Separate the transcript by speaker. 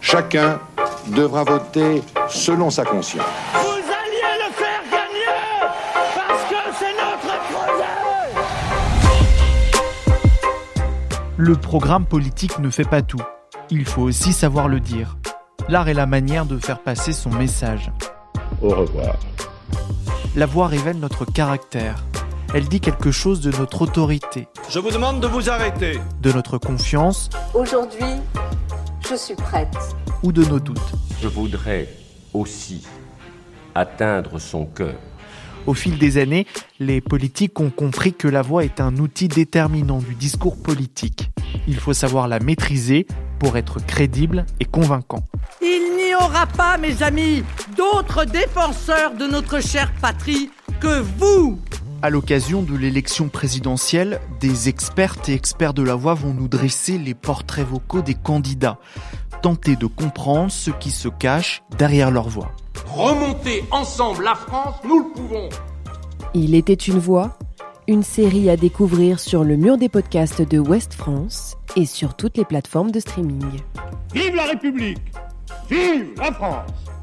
Speaker 1: Chacun devra voter selon sa conscience.
Speaker 2: Vous alliez le faire gagner parce que c'est notre projet.
Speaker 3: Le programme politique ne fait pas tout. Il faut aussi savoir le dire. L'art est la manière de faire passer son message.
Speaker 4: Au revoir.
Speaker 3: La voix révèle notre caractère. Elle dit quelque chose de notre autorité,
Speaker 5: Je vous demande de vous arrêter.
Speaker 3: de notre confiance
Speaker 6: Aujourd'hui, je suis prête.
Speaker 3: ou de nos doutes.
Speaker 7: Je voudrais aussi atteindre son cœur.
Speaker 3: Au fil des années, les politiques ont compris que la voix est un outil déterminant du discours politique. Il faut savoir la maîtriser pour être crédible et convaincant.
Speaker 8: Il n'y aura pas, mes amis, d'autres défenseurs de notre chère patrie que vous.
Speaker 3: À l'occasion de l'élection présidentielle, des expertes et experts de la voix vont nous dresser les portraits vocaux des candidats, tenter de comprendre ce qui se cache derrière leur voix.
Speaker 9: Remonter ensemble la France, nous le pouvons.
Speaker 10: Il était une voix, une série à découvrir sur le mur des podcasts de West France et sur toutes les plateformes de streaming.
Speaker 2: Vive la République Vive la France